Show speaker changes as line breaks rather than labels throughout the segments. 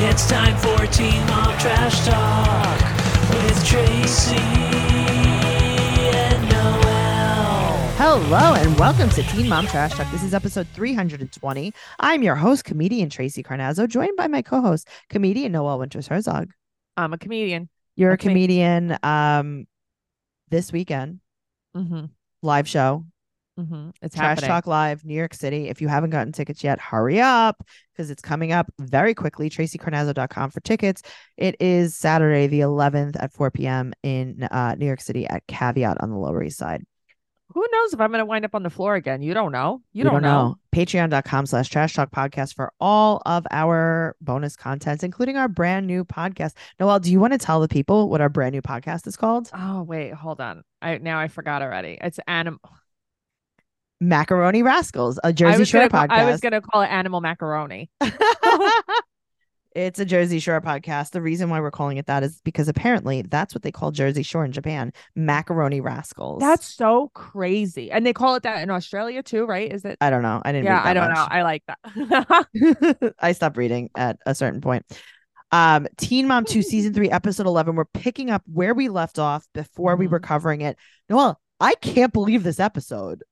It's time for Team Up Trash Talk with Tracy and Noel.
Hello and welcome to Teen Mom Trash Talk. This is episode 320. I'm your host, comedian Tracy Carnazzo, joined by my co-host, comedian Noel Winters Herzog.
I'm a comedian.
You're
That's
a
me.
comedian um this weekend,
Mm-hmm.
live show,
Mm-hmm. It's
Trash
happening.
Talk Live, New York City. If you haven't gotten tickets yet, hurry up because it's coming up very quickly. TracyCarnazzo.com for tickets. It is Saturday, the 11th at 4 p.m. in uh, New York City at Caveat on the Lower East Side.
Who knows if I'm going to wind up on the floor again? You don't know. You, don't, know.
Patreon.com slash trash talk podcast for all of our bonus contents, including our brand new podcast. Noel, do you want to tell the people what our brand new podcast is called?
Oh wait, hold on. I now I forgot already. It's animal.
Macaroni Rascals, a
I
Jersey
was
Shore
gonna
podcast.
Call, I was going to call it animal macaroni.
it's a Jersey Shore podcast. The reason why we're calling it that is because apparently that's what they call Jersey Shore in Japan. Macaroni Rascals.
That's so crazy. And they call it that in Australia too, right? Is it?
I don't know. I didn't.
Yeah,
read that
I don't
much.
know. I like that.
I stopped reading at a certain point. Um, Teen Mom 2, season three, episode 11. We're picking up where we left off before we
Mm-hmm.
were covering it. Noel, I can't believe this episode.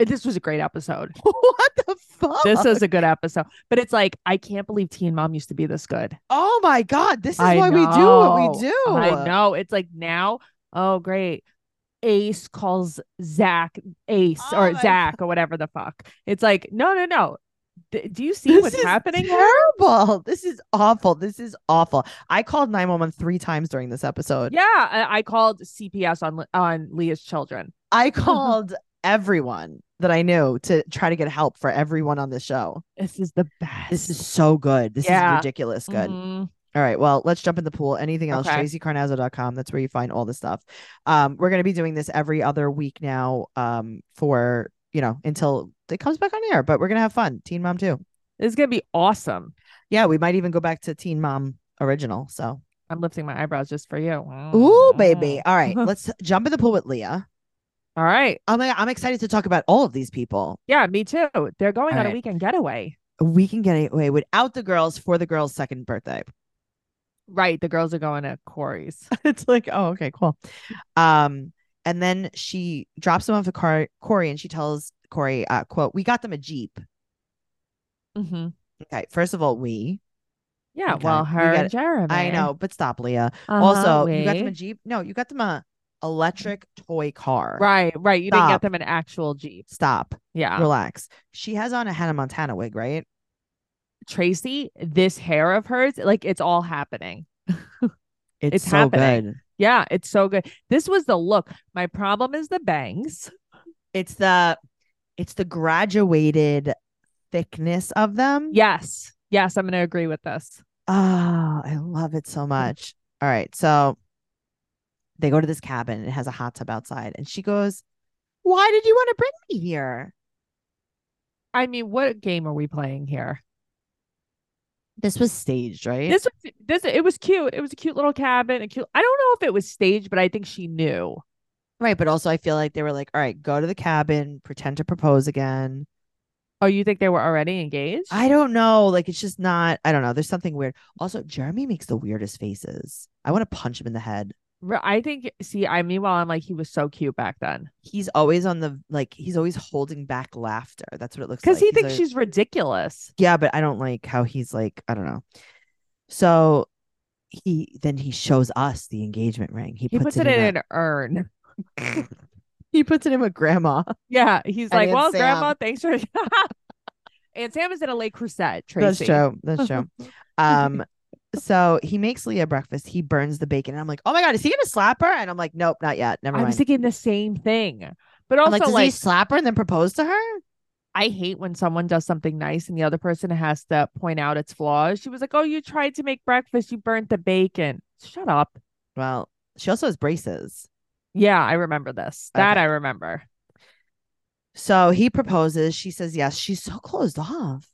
this was a great episode.
what the fuck?
This is a good episode. But it's like I can't believe Teen Mom used to be this good.
oh my god, this is
I
why we do what we
know.
do.
I know. It's like now, oh great. Ace calls Zach Ace
Oh
or
my
Zach or whatever the fuck. It's like, no, no, no. D- do you see
This
what's
is
happening here?
Terrible. This is awful. This is awful. I called 911 three times during this episode.
Yeah, I-, I called CPS on Le- on Leah's children.
I called everyone that I knew to try to get help for everyone on this show.
This is the best.
This is so good. This
Yeah.
is ridiculous good.
Mhm.
All right. Well, let's jump in the pool. Anything else?
Okay.
TracyCarnazzo.com. That's where you find all the stuff. Um, we're going to be doing this every other week now um, for, you know, until it comes back on air, but we're going to have fun. Teen Mom too.
This is gonna be awesome.
Yeah. We might even go back to Teen Mom original. So,
I'm lifting my eyebrows just for you.
ooh,
Mm.
baby. All right. let's jump in the pool with Leah.
All right.
Oh my, I'm excited to talk about all of these people.
Yeah, me too. They're going
All
on
right.
a weekend getaway.
We can get away without the girls for the girls' second birthday.
Right. The girls are going to Corey's.
it's like, oh, okay, cool. Um, and then she drops him off at Car- Corey, and she tells Corey, uh, "quote We got them a jeep."
hmm
Okay, first of all, we.
Yeah,
Okay,
well,
we
her
get
and
it.
Jeremy.
I know, but stop, Leah.
Uh-huh,
also, you got them a
wait.
jeep. No, you got them a electric toy car.
right, right. You didn't
Stop.
get them an actual Jeep.
Stop.
Yeah,
Relax. She has on a Hannah Montana wig, right?
Tracy, this hair of hers, like it's all happening.
It's,
It's
so
happening.
good.
Yeah, it's so good. This was the look. My problem is the bangs.
It's the, it's the graduated thickness of them.
Yes, yes, I'm gonna agree with this.
Oh, I love it so much. All right. So they go to this cabin. It has a hot tub outside. And she goes, Why did you want to bring me here?
I mean, what game are we playing here?
This was staged, right?
This was this. It was cute. It was a cute little cabin. A cute. I don't know if it was staged, but I think she knew.
right. But also, I feel like they were like, All right, go to the cabin, pretend to propose again.
Oh, you think they were already engaged?
I don't know. Like, it's just not, I don't know. There's something weird. Also, Jeremy makes the weirdest faces. I want to punch him in the head.
Re- I think. See, I meanwhile, I'm like, he was so cute back then.
He's always on the, like, he's always holding back laughter. That's what it looks like.
because he
He's
thinks
always-
she's ridiculous.
yeah, but I don't like how he's like, I don't know. So he then he shows us the engagement ring. He,
He puts, it in, an urn.
a, he puts it in with grandma.
Yeah, he's
And
like,
Aunt
"Well,
Sam.
Grandma, thanks for." and Sam is in a Lake Crusette.
That's
Tracy.
true. That's true. um, so he makes Leah breakfast. He burns the bacon, and I'm like, oh my god, is he gonna slap her? And I'm like, nope, not yet. Never
I
mind.
was thinking the same thing, but also
I'm like, does
like,
he slap her and then propose to her?
I hate when someone does something nice and the other person has to point out its flaws. She was like, "Oh, you tried to make breakfast. You burnt the bacon. Shut up."
Well, she also has braces.
Yeah, I remember this. That
Okay.
I remember.
So he proposes. She says yes. She's so closed off.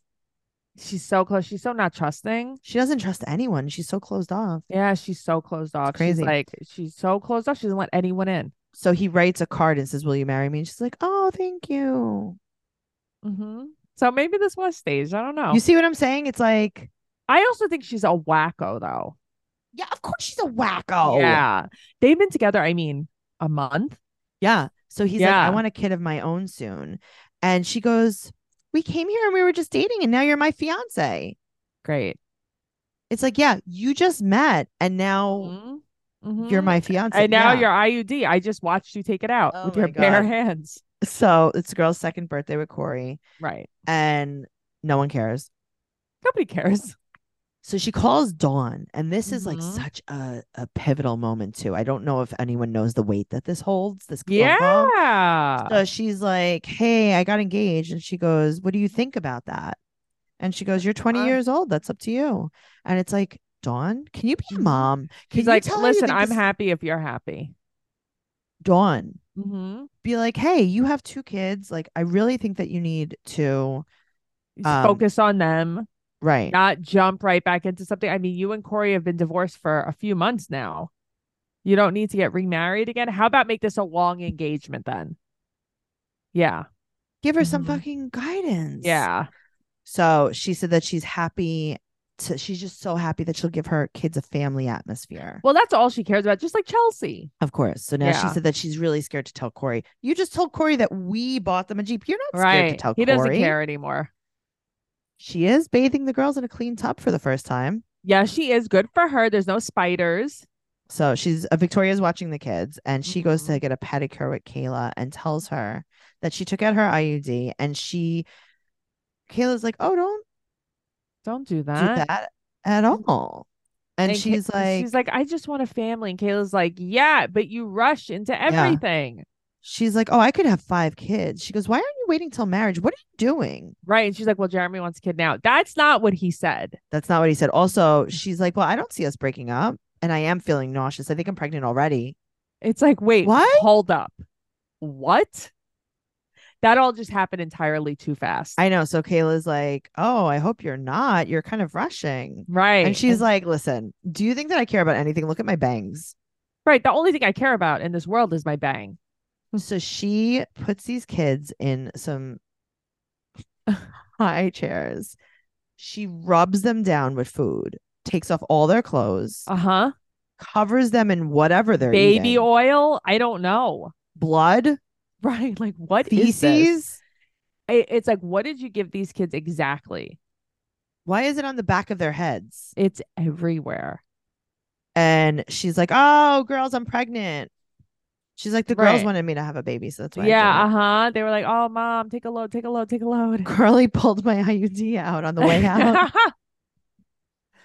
She's so close. She's so not trusting.
She doesn't trust anyone. She's so closed off.
Yeah, she's so closed off.
crazy.
She's like, she's so closed off. She doesn't let anyone in.
so he writes a card and says, "Will you marry me?" And she's like, "Oh, thank you." Mm-hmm.
hmm So maybe this was staged. I don't know.
Oh. You see what I'm saying? It's like
I also think she's a wacko though.
Yeah, of course she's a wacko.
Yeah. They've been together, I mean, a month.
Yeah. So he's like,
Yeah.
I want a kid of my own soon. And she goes, We came here and we were just dating, and now you're my fiance.
Great.
It's like, yeah, you just met and now
Mhm.
you're
Mhm.
my fiance.
and now
Yeah.
your IUD. I just watched you take it out
Oh
with
my
your bare
God.
hands.
so it's the girl's second birthday with Corey,
Right.
and no one cares.
Nobody cares.
So she calls Dawn, and this is like
Mhm.
such a, a pivotal moment too. I don't know if anyone knows the weight that this holds. This phone call.
Yeah.
So she's like, "Hey, I got engaged," and she goes, "What do you think about that?" And she goes, "You're 20
Uh.
years old. That's up to you." And it's like, Dawn, can you be a
Mhm.
mom? Can
He's
you
like,
tell her you
listen,
think
I'm
this-"
happy if you're happy.
Dawn,
Mm-hmm.
be like, "Hey, you have two kids. Like, I really think that you need to Um,
Focus on them,
right."
not jump right back into something. I mean, you and Corey have been divorced for a few months now. You don't need to get remarried again. How about make this a long engagement then? Yeah.
Give her some
Mhm.
fucking guidance.
Yeah.
So she said that she's happy. To, she's just so happy that she'll give her kids a family atmosphere.
Well, that's all she cares about, just like Chelsea.
Of course. So now she
Yeah.
said that she's really scared to tell Corey. You just told Corey that we bought them a Jeep. You're not scared
right.
to tell
he
Corey.
doesn't care anymore.
She is bathing the girls in a clean tub for the first time.
Yeah, she is good for her. There's no spiders.
So she's uh, Victoria's watching the kids and she goes
Mhm.
to get a pedicure with Kayla and tells her that she took out her IUD and she Kayla's like, "Oh, don't
Don't do that.
do that at all." And,
Ka-
she's like
Mm-hmm. she's like, I just want a family. And Kayla's like, yeah, but you rush into everything.
she's like, "Oh, I could have 5 kids." She goes, "Why aren't you waiting till marriage? What are you doing?"
Right. And she's like, well, Jeremy wants a kid now. That's not what he said.
That's not what he said. Also, she's like, Well, I don't see us breaking up. And I am feeling nauseous. I think I'm pregnant already.
It's like, wait,
What?
Hold up. What? That all just happened entirely too fast.
I know. So Kayla's like, Oh, I hope you're not. You're kind of rushing.
right.
And she's like, Listen, do you think that I care about anything? Look at my bangs.
right. The only thing I care about in this world is my bang.
So she puts these kids in some high chairs. She rubs them down with food, takes off all their clothes,
Uh huh.
covers them in whatever they're
Baby
eating.
oil. I don't know.
blood,
Right. Like, what is this?
feces.
I- It's like, what did you give these kids exactly?
Why is it on the back of their heads?
It's everywhere.
and she's like, "Oh, girls, I'm pregnant." She's like, "The girls
Right.
wanted me to have a baby, so that's why." I did
Yeah,
it."
uh huh. They were like, "Oh, mom, take a load, take a load, take a load."
Carly pulled my IUD out on the way out.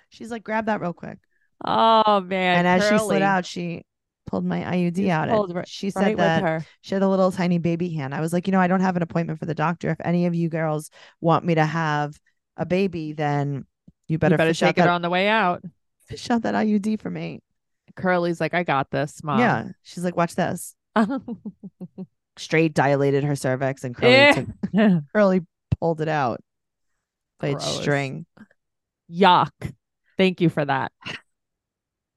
she's like, "Grab that real quick."
oh man.
And, as she
Curly,
slid out, she pulled my IUD out.
pulled
And
ri-
she said
right
that
with her.
she had a little tiny baby hand. I was like, "You know, I don't have an appointment for the doctor. If any of you girls want me to have a baby, then you better,
you better
fish out
shake it
that
on the way out.
fish out that IUD for me."
Curly's like, "I got this, mom."
Yeah, she's like, "Watch this."
Yeah.
Straight dilated her cervix, and Curly
Eh.
took Curly pulled it out by its
Gross.
string.
Yuck. Thank you for that.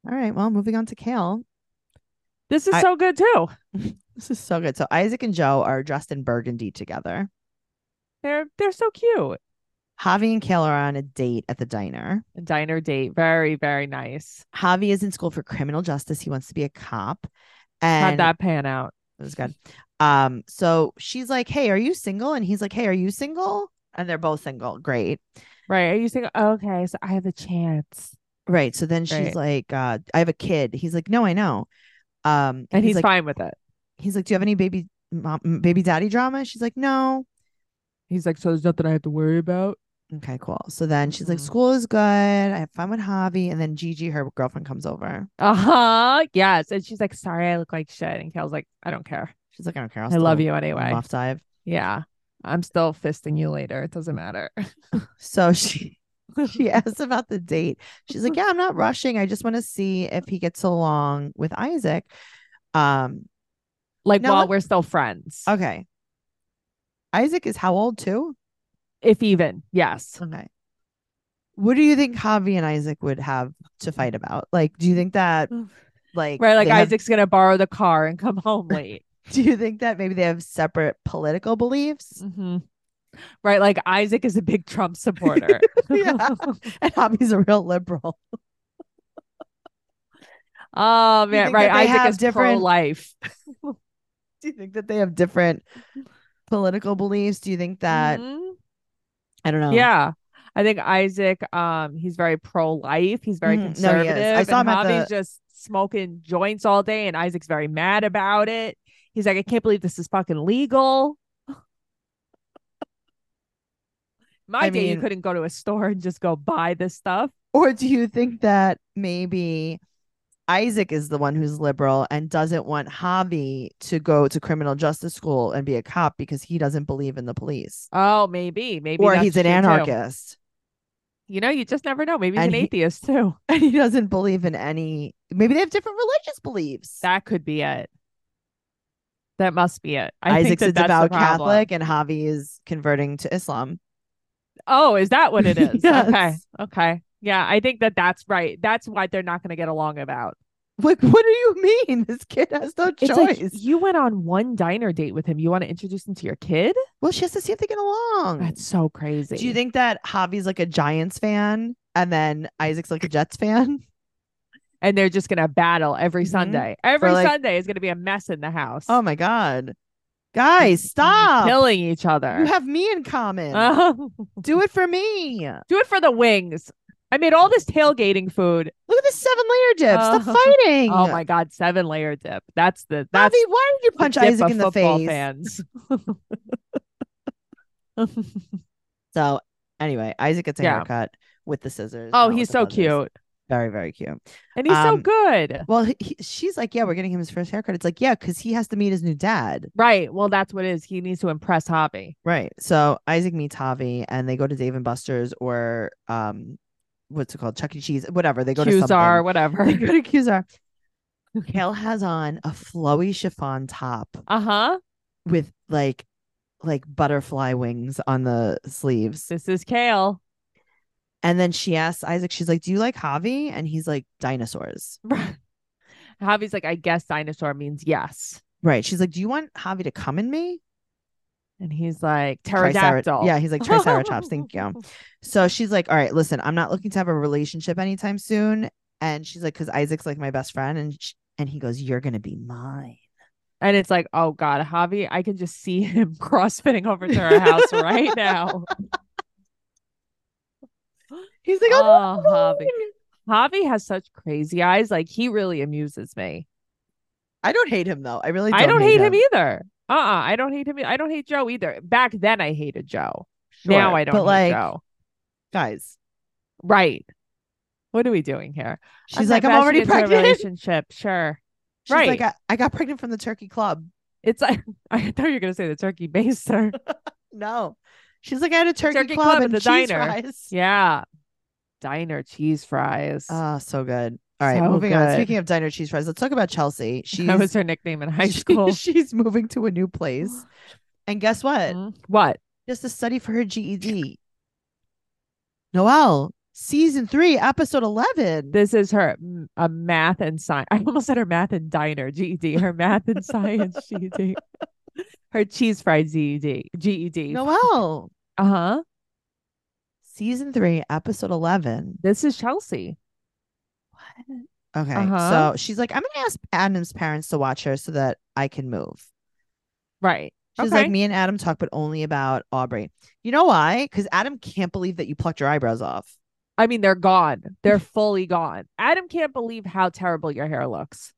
All right. Well, moving on to Kale.
This is
I-
so good too.
This is so good. So Isaac and Joe are dressed in burgundy together.
They're they're so cute.
Javi and Kale are on a date at the diner.
A diner date, very very nice.
Javi is in school for criminal justice. He wants to be a cop.
Had
And
that pan out.
it was good. Um, so she's like, Hey, are you single? And he's like, Hey, are you single? And they're both single. Great.
Right? Are you saying okay? So I have a chance,
Right. So then she's
Right.
like, uh, I have a kid. He's like, No, I know. Um,
and he's,
like,
fine with it.
He's like, Do you have any baby mom, baby daddy drama? She's like, No.
He's like, so there's nothing I have to worry about.
Okay, cool. So then she's like,
Mhm.
school is good. I have fun with Javi. And then Gigi, her girlfriend, comes over.
Uh huh. Yes. And she's like, sorry, I look like shit. And Kale's like, I don't care.
She's like, I don't care.
i love you anyway.
Muff dive.
Yeah. I'm still fisting you later. It doesn't matter.
So she she asks about the date. She's like, Yeah, I'm not rushing. I just want to see if he gets along with Isaac. Um,
Like
No,
while
let-
we're still friends,
okay. Isaac is how old too?
if even. Yes.
Okay. What do you think Javi and Isaac would have to fight about? Like, do you think that like
Right. Like
they have-
Isaac's going to borrow the car and come home late.
do you think that maybe they have separate political beliefs?
hmm right? Like Isaac is a big Trump supporter.
Yeah. And Hobby's a real liberal.
Oh man,
think that
right.
they
Isaac
have
is
different-
pro-life.
Do you think that they have different political beliefs? Do you think that
Mhm.
I don't know?
Yeah. I think Isaac, um, he's very pro-life. He's very
Mhm. No, he is. I
conservative.
saw
and
him at
Javi's
the-
just smoking joints all day, and Isaac's very mad about it. He's like, I can't believe this is fucking legal. My
I
day, you
mean-
couldn't go to a store and just go buy this stuff.
Or do you think that maybe Isaac is the one who's liberal and doesn't want Javi to go to criminal justice school and be a cop because he doesn't believe in the police?
Oh, maybe, maybe.
Or
that's
he's an
true, too.
anarchist
You know, you just never know. Maybe he's
And
an
he-
atheist too.
and he doesn't believe in any. Maybe they have different religious beliefs.
That could be it. That must be it. I think
Isaac's a
that that's the
devout
problem.
Catholic and Javi is converting to Islam.
Oh, is that what it is? Okay.
Yes.
Okay. Yeah, I think that that's right. That's why they're not going to get along about.
Like, what do you mean? This kid has no
It's
choice.
like you went on one diner date with him. You want to introduce him to your kid?
well, she has to see if they get along.
That's so crazy.
Do you think that Javi's like a Giants fan and then Isaac's like a Jets fan?
And they're just going to battle every
Mhm.
Sunday. Mm-hmm. Every
like-
Sunday is going to be a mess in the house.
Oh my God.
Mm,
Guys, stop.
Killing each
You
other.
have me in common.
Do
Do it for me. Look
it for the wings. I made all this tailgating food.
at this seven layer dip. Stop
Oh.
fighting.
Oh my god, seven layer dip. That's the that's
Javi, why did you
the
punch
dip
Isaac
of
in the
football
face?
Fans.
So anyway, Isaac gets a
Yeah.
haircut with the scissors.
oh,
not
he's
with the
so
feathers.
cute,
Very, very cute.
and he's so
Um,
good.
Well, he, he- she's like, yeah, we're getting him his first haircut. It's like, yeah, because he has to meet his new dad.
Right. Well, that's what it is. He needs to impress Hobby.
Right. So Isaac meets Javi and they go to Dave and Buster's or um what's it called? Chuck E. Cheese, whatever. They go to something.
Qzar, whatever.
They go to Qzar. Kale has on a flowy chiffon top
Uh huh.
with like like butterfly wings on the sleeves.
This is Kale.
And then she asks Isaac, she's like, Do you like Javi? And he's like, dinosaurs.
Hobby's like, I guess dinosaur means yes,
Right. She's like, Do you want Javi to come in me?
and he's like
Tricera-
pterodactyl.
Yeah, he's like triceratops. Thank you. So she's like, All right, listen, I'm not looking to have a relationship anytime soon. And she's like, Because Isaac's like my best friend. And sh- and he goes, You're gonna be mine.
And it's like, oh god, Javi, I can just see him crossfitting over to her house right now.
He's like, I'm
oh, Javi.
mine.
Javi has such crazy eyes. Like he really amuses me.
I don't hate him though. I really don't
I don't hate him,
him
either. Uh uh I don't hate him. e- I don't hate Joe either. Back then I hated Joe. Now
Sure,
I don't
but,
hate
like,
Joe.
Guys.
Right. What are we doing here?
She's like, I'm
bashing
already
into a
pregnant.
relationship. Sure.
She's like,
Right.
I, I got pregnant from the turkey club.
It's like I thought you were gonna say the turkey baster.
No. She's like, I had a turkey,
Turkey
club,
club at
and
the
cheese
diner.
fries.
yeah. Diner cheese fries.
Oh, so good. All right,
So
moving on.
good.
Speaking of diner cheese fries, let's talk about Chelsea. She's
that was her nickname in high
she-
school.
she's moving to a new place. And guess what?
Mhm. What?
Just to study for her GED. Noelle, season three, episode eleven.
This is her m- a math and science. I almost said her math and diner GED. Her math and science GED. Her cheese E fried GED. GED.
Noelle,
Uh huh.
season three, episode eleven.
This is Chelsea.
Okay,
Uh-huh.
so she's like, I'm gonna ask Adam's parents to watch her so that I can move.
Right.
She's
okay.
like, me and Adam talk, but only about Aubrey. You know why? Because Adam can't believe that you plucked your eyebrows off.
I mean, they're gone. They're
Mm-hmm.
fully gone. Adam can't believe how terrible your hair looks.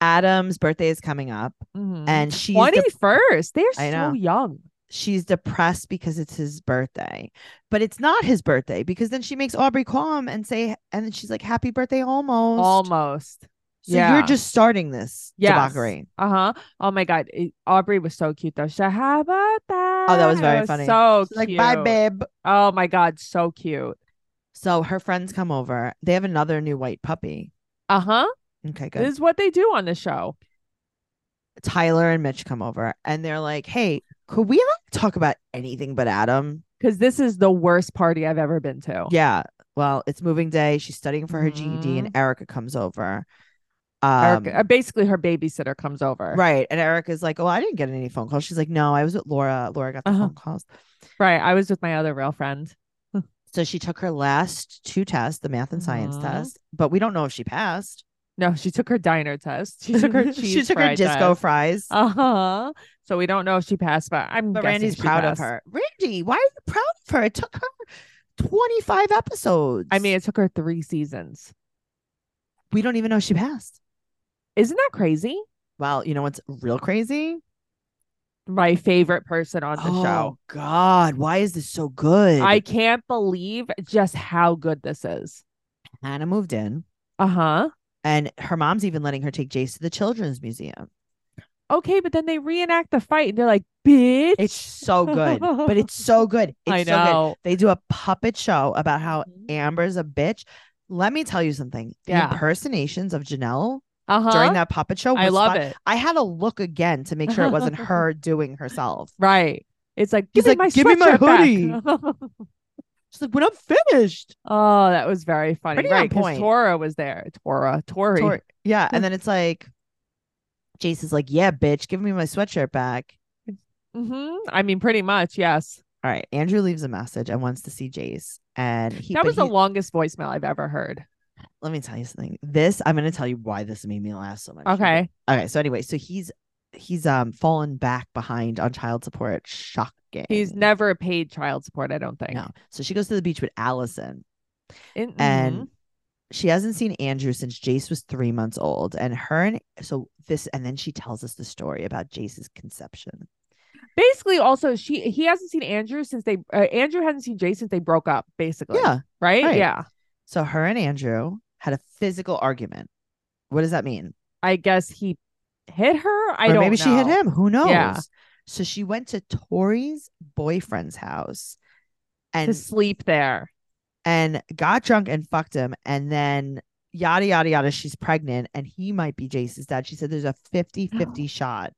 Adam's birthday is coming up, and she's de-
Mm. twenty first. They're
I
so
know.
young.
she's depressed because it's his birthday, but it's not his birthday because then she makes Aubrey calm and say, and then she's like, "Happy birthday, almost."
Almost.
so
yeah.
you're just starting this
Yes.
debauchery.
Uh huh. Oh my god, it- Aubrey was so cute though. She's like, how about that?
Oh, that was very funny.
So
She's like,
cute.
"Bye, babe."
Oh my god, so cute.
So her friends come over. They have another new white puppy.
Uh huh.
Okay, good.
This is what they do on the show.
Tyler and Mitch come over, and they're like, "Hey, could we like, talk about anything but Adam?"
Because this is the worst party I've ever been to.
E Yeah. Well, it's moving day. She's studying for her GED, and Erica comes over. Um,
Mm-hmm. Erica- uh, basically, her babysitter comes over.
Right. And Erica's like, Oh, I didn't get any phone calls. She's like, No, I was with Laura. Laura got the
Uh-huh.
phone calls.
Right. I was with my other real friend.
So she took her last two tests, the math and science
Mhm.
test, but we don't know if she passed.
No, she took her diner test. She took her cheese.
she took her Oh, disco fries.
Uh huh. So we don't know if she passed, but I'm.
Uh-huh. but
guessing
Randy's
she
proud
passed.
of her. Randy, why are you proud of her? It took her 25 episodes.
I mean, it took her three seasons.
we don't even know she passed.
Isn't that crazy?
Well, you know what's real crazy?
My favorite person on the
Oh,
show.
God, why is this so good?
I can't believe just how good this is.
Hannah moved in,
Uh huh.
and her mom's even letting her take Jace to the children's museum.
Okay, but then they reenact the fight and they're like, bitch.
It's so good, but it's so good. It's
I
so good.
know.
They do a puppet show about how
Mhm.
Amber's a bitch. Let me tell you something. The
Yeah.
impersonations of Janelle
Uh huh.
during that puppet show.
I
were
love
spot-
it.
I had to look again to make sure it wasn't her doing herself.
Right. It's like,
He's
give me
like,
my
"Give me my
sweatshirt back."
She's like, when I'm finished.
oh, that was very funny.
Pretty on
right. Because
point.
Tora was there. Tora. Tori.
Tor- yeah. And then it's like, Jace is like, yeah, bitch, give me my sweatshirt back.
hmm I mean, pretty much. Yes.
All right. Andrew leaves a message and wants to see Jace. And he,
that
but
was the
he-
longest voicemail I've ever heard.
let me tell you something. This, I'm going to tell you why this made me laugh so much.
Okay.
Okay. So anyway, so he's, he's um fallen back behind on child support. Shocking.
He's never paid child support, I don't think.
no. So she goes to the beach with Allison
In- mhm.
and she hasn't seen Andrew since Jace was three months old. And her and so this, and then she tells us the story about Jace's conception.
basically, also, she he hasn't seen Andrew since they, uh, Andrew hasn't seen Jay since they broke up, basically.
Yeah.
Right?
right.
Yeah.
So her and Andrew had a physical argument. What does that mean?
I guess he hit her. I
or
don't
maybe she hit
know.
him. Who knows?
Yeah.
So she went to Tori's boyfriend's house
to
and
sleep there.
and got drunk and fucked him. And then yada yada yada, she's pregnant and he might be Jace's dad. She said there's a 50-50 shot.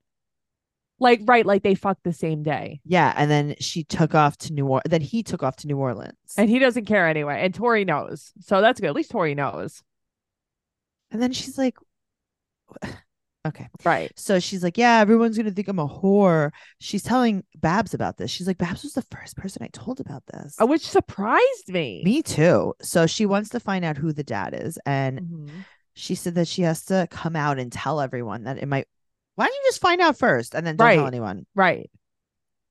Like, right, like they fucked the same day.
Yeah. And then she took off to New Orleans. Then he took off to New Orleans.
And he doesn't care anyway. And Tori knows. So that's good. At least Tori knows.
And then she's like,
Right.
so she's like, yeah, everyone's going to think I'm a whore. She's telling Babs about this. She's like, Babs was the first person I told about this.
Uh, Which surprised me.
Me too. So she wants to find out who the dad is. And
Mhm.
she said that she has to come out and tell everyone that it might. Why don't you just find out first and then don't tell
Right.
anyone?
Right.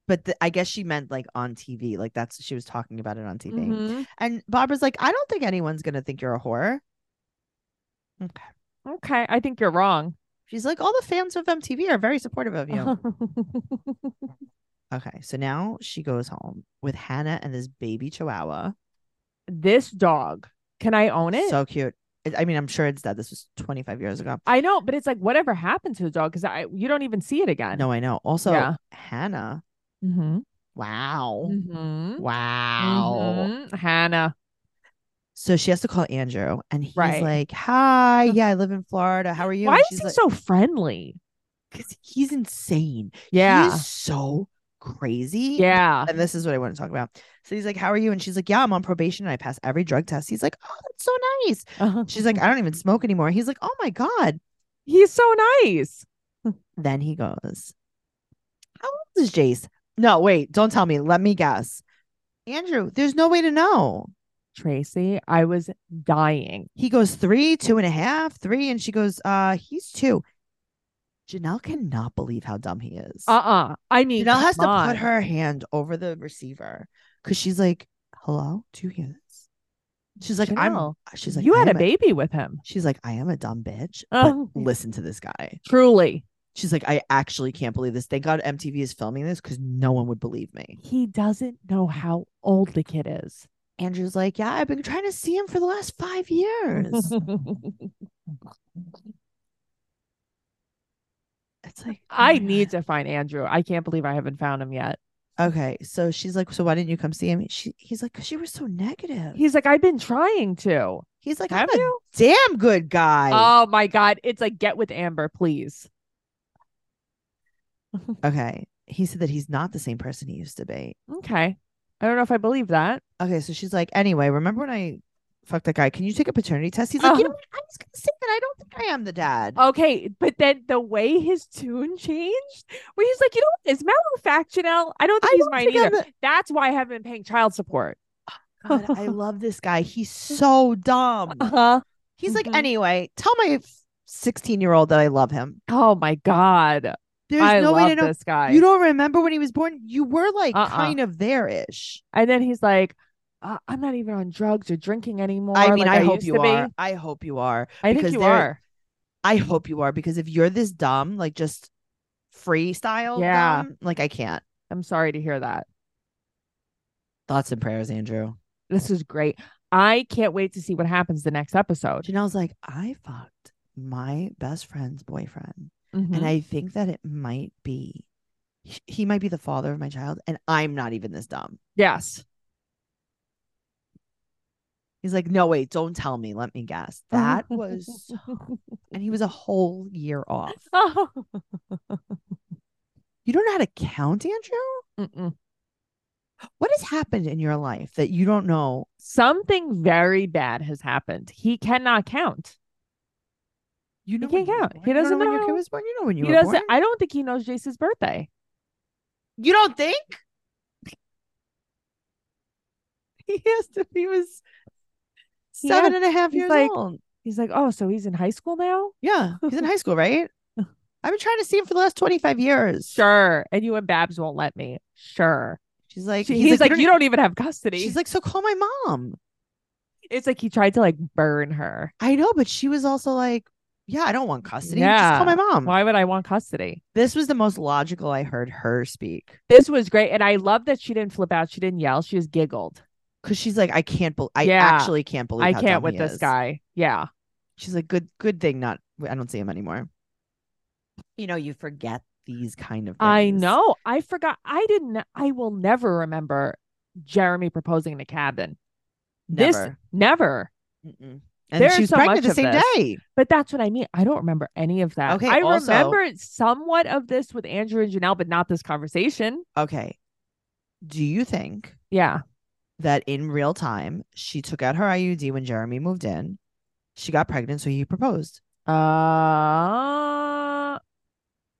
But the, I guess she meant like on TV. Like that's she was talking about it on TV.
Mhm.
And Barbara's like, I don't think anyone's going to think you're a whore. Okay.
Okay. I think you're wrong.
She's like, all the fans of MTV are very supportive of
Uh-huh.
you. Okay, so now she goes home with Hannah and this baby chihuahua.
this dog. Can I own it?
So cute. I- I mean, I'm sure it's that this was 25 years ago.
I know, but it's like whatever happened to the dog because I you don't even see it again.
No, I know. Also,
Yeah.
Hannah.
Mm-hmm.
Wow.
Mm-hmm.
Wow.
Hannah.
So she has to call Andrew and he's
Right.
like, Hi, yeah, I live in Florida. How are you?
Why
And
is
she's
he
like,
so friendly?
Because he's insane.
Yeah.
He's so crazy.
yeah.
And this is what I want to talk about. So he's like, How are you? And she's like, Yeah, I'm on probation and I passed every drug test. He's like, Oh, that's so nice. She's
Mm-hmm.
like, I don't even smoke anymore. He's like, Oh my God.
he's so nice.
Then he goes, How old is Jace? No, wait, don't tell me. Let me guess. Andrew, there's no way to know.
Tracy, I was dying.
He goes three, two and a half, three, and she goes, uh, he's two. Janelle cannot believe how dumb he is.
Uh uh I mean,
Janelle has
come
to
on.
put her hand over the receiver because she's like, Hello, do you hear this? She's like,
Janelle,
I'm she's like,
you
"I
had a
am
baby with him.
She's like, I am a dumb bitch.
Oh.
But listen to this guy.
Truly,
She's like, I actually can't believe this. Thank God MTV is filming this because no one would believe me.
he doesn't know how old the kid is.
Andrew's like, Yeah, I've been trying to see him for the last five years. it's like, oh
I
my God.
need to find Andrew. I can't believe I haven't found him yet.
Okay. So she's like, So why didn't you come see him? She, he's like, Because you were so negative.
He's like, I've been trying to.
He's like, I'm
Have
a
you?
damn good guy.
Oh my God. It's like, get with Amber, please.
okay. He said that he's not the same person he used to be.
Okay. I don't know if I believe that.
Okay. So she's like, Anyway, remember when I fuck that guy. Can you take a paternity test? He's like, you
Oh.
know what? I was gonna say that I don't think I am the dad.
Okay, but then the way his tune changed, where he's like, you know what, is Malu Factional? I don't think
I
he's
don't
mine
think
either.
I'm the-
That's why I haven't been paying child support.
God, I love this guy. He's so dumb.
Uh-huh.
He's like,
Mhm.
anyway, tell my 16 year old that I love him.
Oh my god,
There's
I
no
love
way to know.
this guy.
You don't remember when he was born? You were like
Uh-uh.
kind of there ish.
And then he's like, uh, I'm not even on drugs or drinking anymore.
I mean,
like
I, hope
used
you
to be."
are. I hope you are.
I think
because
you
there-
are.
I hope you are because if you're this dumb, like just freestyle,
Yeah.
dumb, like I can't.
I'm sorry to hear that.
Thoughts and prayers, Andrew.
This is great. I can't wait to see what happens the next episode.
Janelle's like, I fucked my best friend's boyfriend.
Mhm.
and I think that it might be he- he might be the father of my child, and I'm not even this dumb.
yes.
He's like, no, wait, don't tell me. Let me guess. That was, and he was a whole year off. You don't know how to count, Andrew.
Mm-mm.
What has happened in your life that you don't know?
Something very bad has happened. He cannot count.
You know,
can't
when you were
count.
born.
He
You don't
doesn't
know when your kid
know.
was born. You know when you
he
were
doesn't.
born.
I don't think he knows Jace's birthday.
You don't think? He asked if he was
Yeah,
seven and a half
he's
years
like-
old.
He's like, oh, so he's in high school now.
Yeah, he's in high school, right? I've been trying to see him for the last 25 years.
Sure. And you and Babs won't let me. Sure.
She's like,
She- he's, like, you don't, even have custody.
She's like, so call my mom.
it's like he tried to like burn her.
I know, but she was also like, yeah, I don't want custody. Just call my
Yeah.
mom.
Why would I want custody?
This was the most logical I heard her speak
this was great and i love that she didn't flip out she didn't yell she just giggled
because she's like, I can't believe, I
Yeah.
actually can't believe.
i
how
can't
dumb
with
he
this
is."
guy yeah
She's like, good, good thing not. I don't see him anymore. You know, you forget these kind of. things.
i know i forgot i didn't i will never remember jeremy proposing in a cabin this
Never.
never
Mm-mm. And
There's
she was
so
pregnant
much
the
of
same
this.
day.
but that's what i mean i don't remember any of that
Okay,
i
also-
remember somewhat of this with andrew and janelle but not this conversation
Okay. Do you think
yeah
that in real time she took out her IUD when Jeremy moved in? She got pregnant, so he proposed.
uh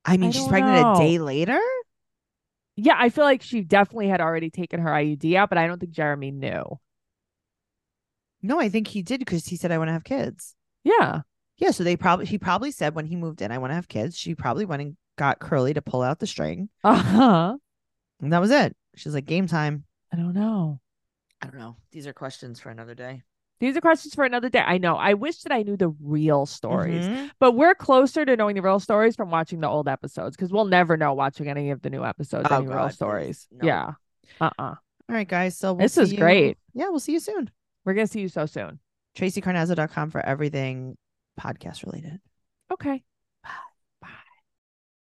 I mean,
I
she's
don't
pregnant a
know.
day later.
yeah i feel like she definitely had already taken her iud out but i don't think jeremy knew
No, I think he did because he said, "I want to have kids."
yeah
Yeah, so they probably he probably said when he moved in, "I want to have kids." She probably went and got Curly to pull out the string,
uh-huh
and that was it. She's like, "Game time."
i don't know
I don't know. These are questions for another day.
These are questions for another day. I know. I wish that I knew the real stories, but we're closer to knowing the real stories from watching the old episodes because we'll never know watching any of the new episodes,
Oh,
any
God,
real
please.
stories.
No.
Yeah. Uh uh-uh. uh.
All right, guys. So we'll
This is
see you-
great.
Yeah, we'll see you soon.
we are going to see you so soon.
TracyCarnazzo.com for everything podcast related.
Okay.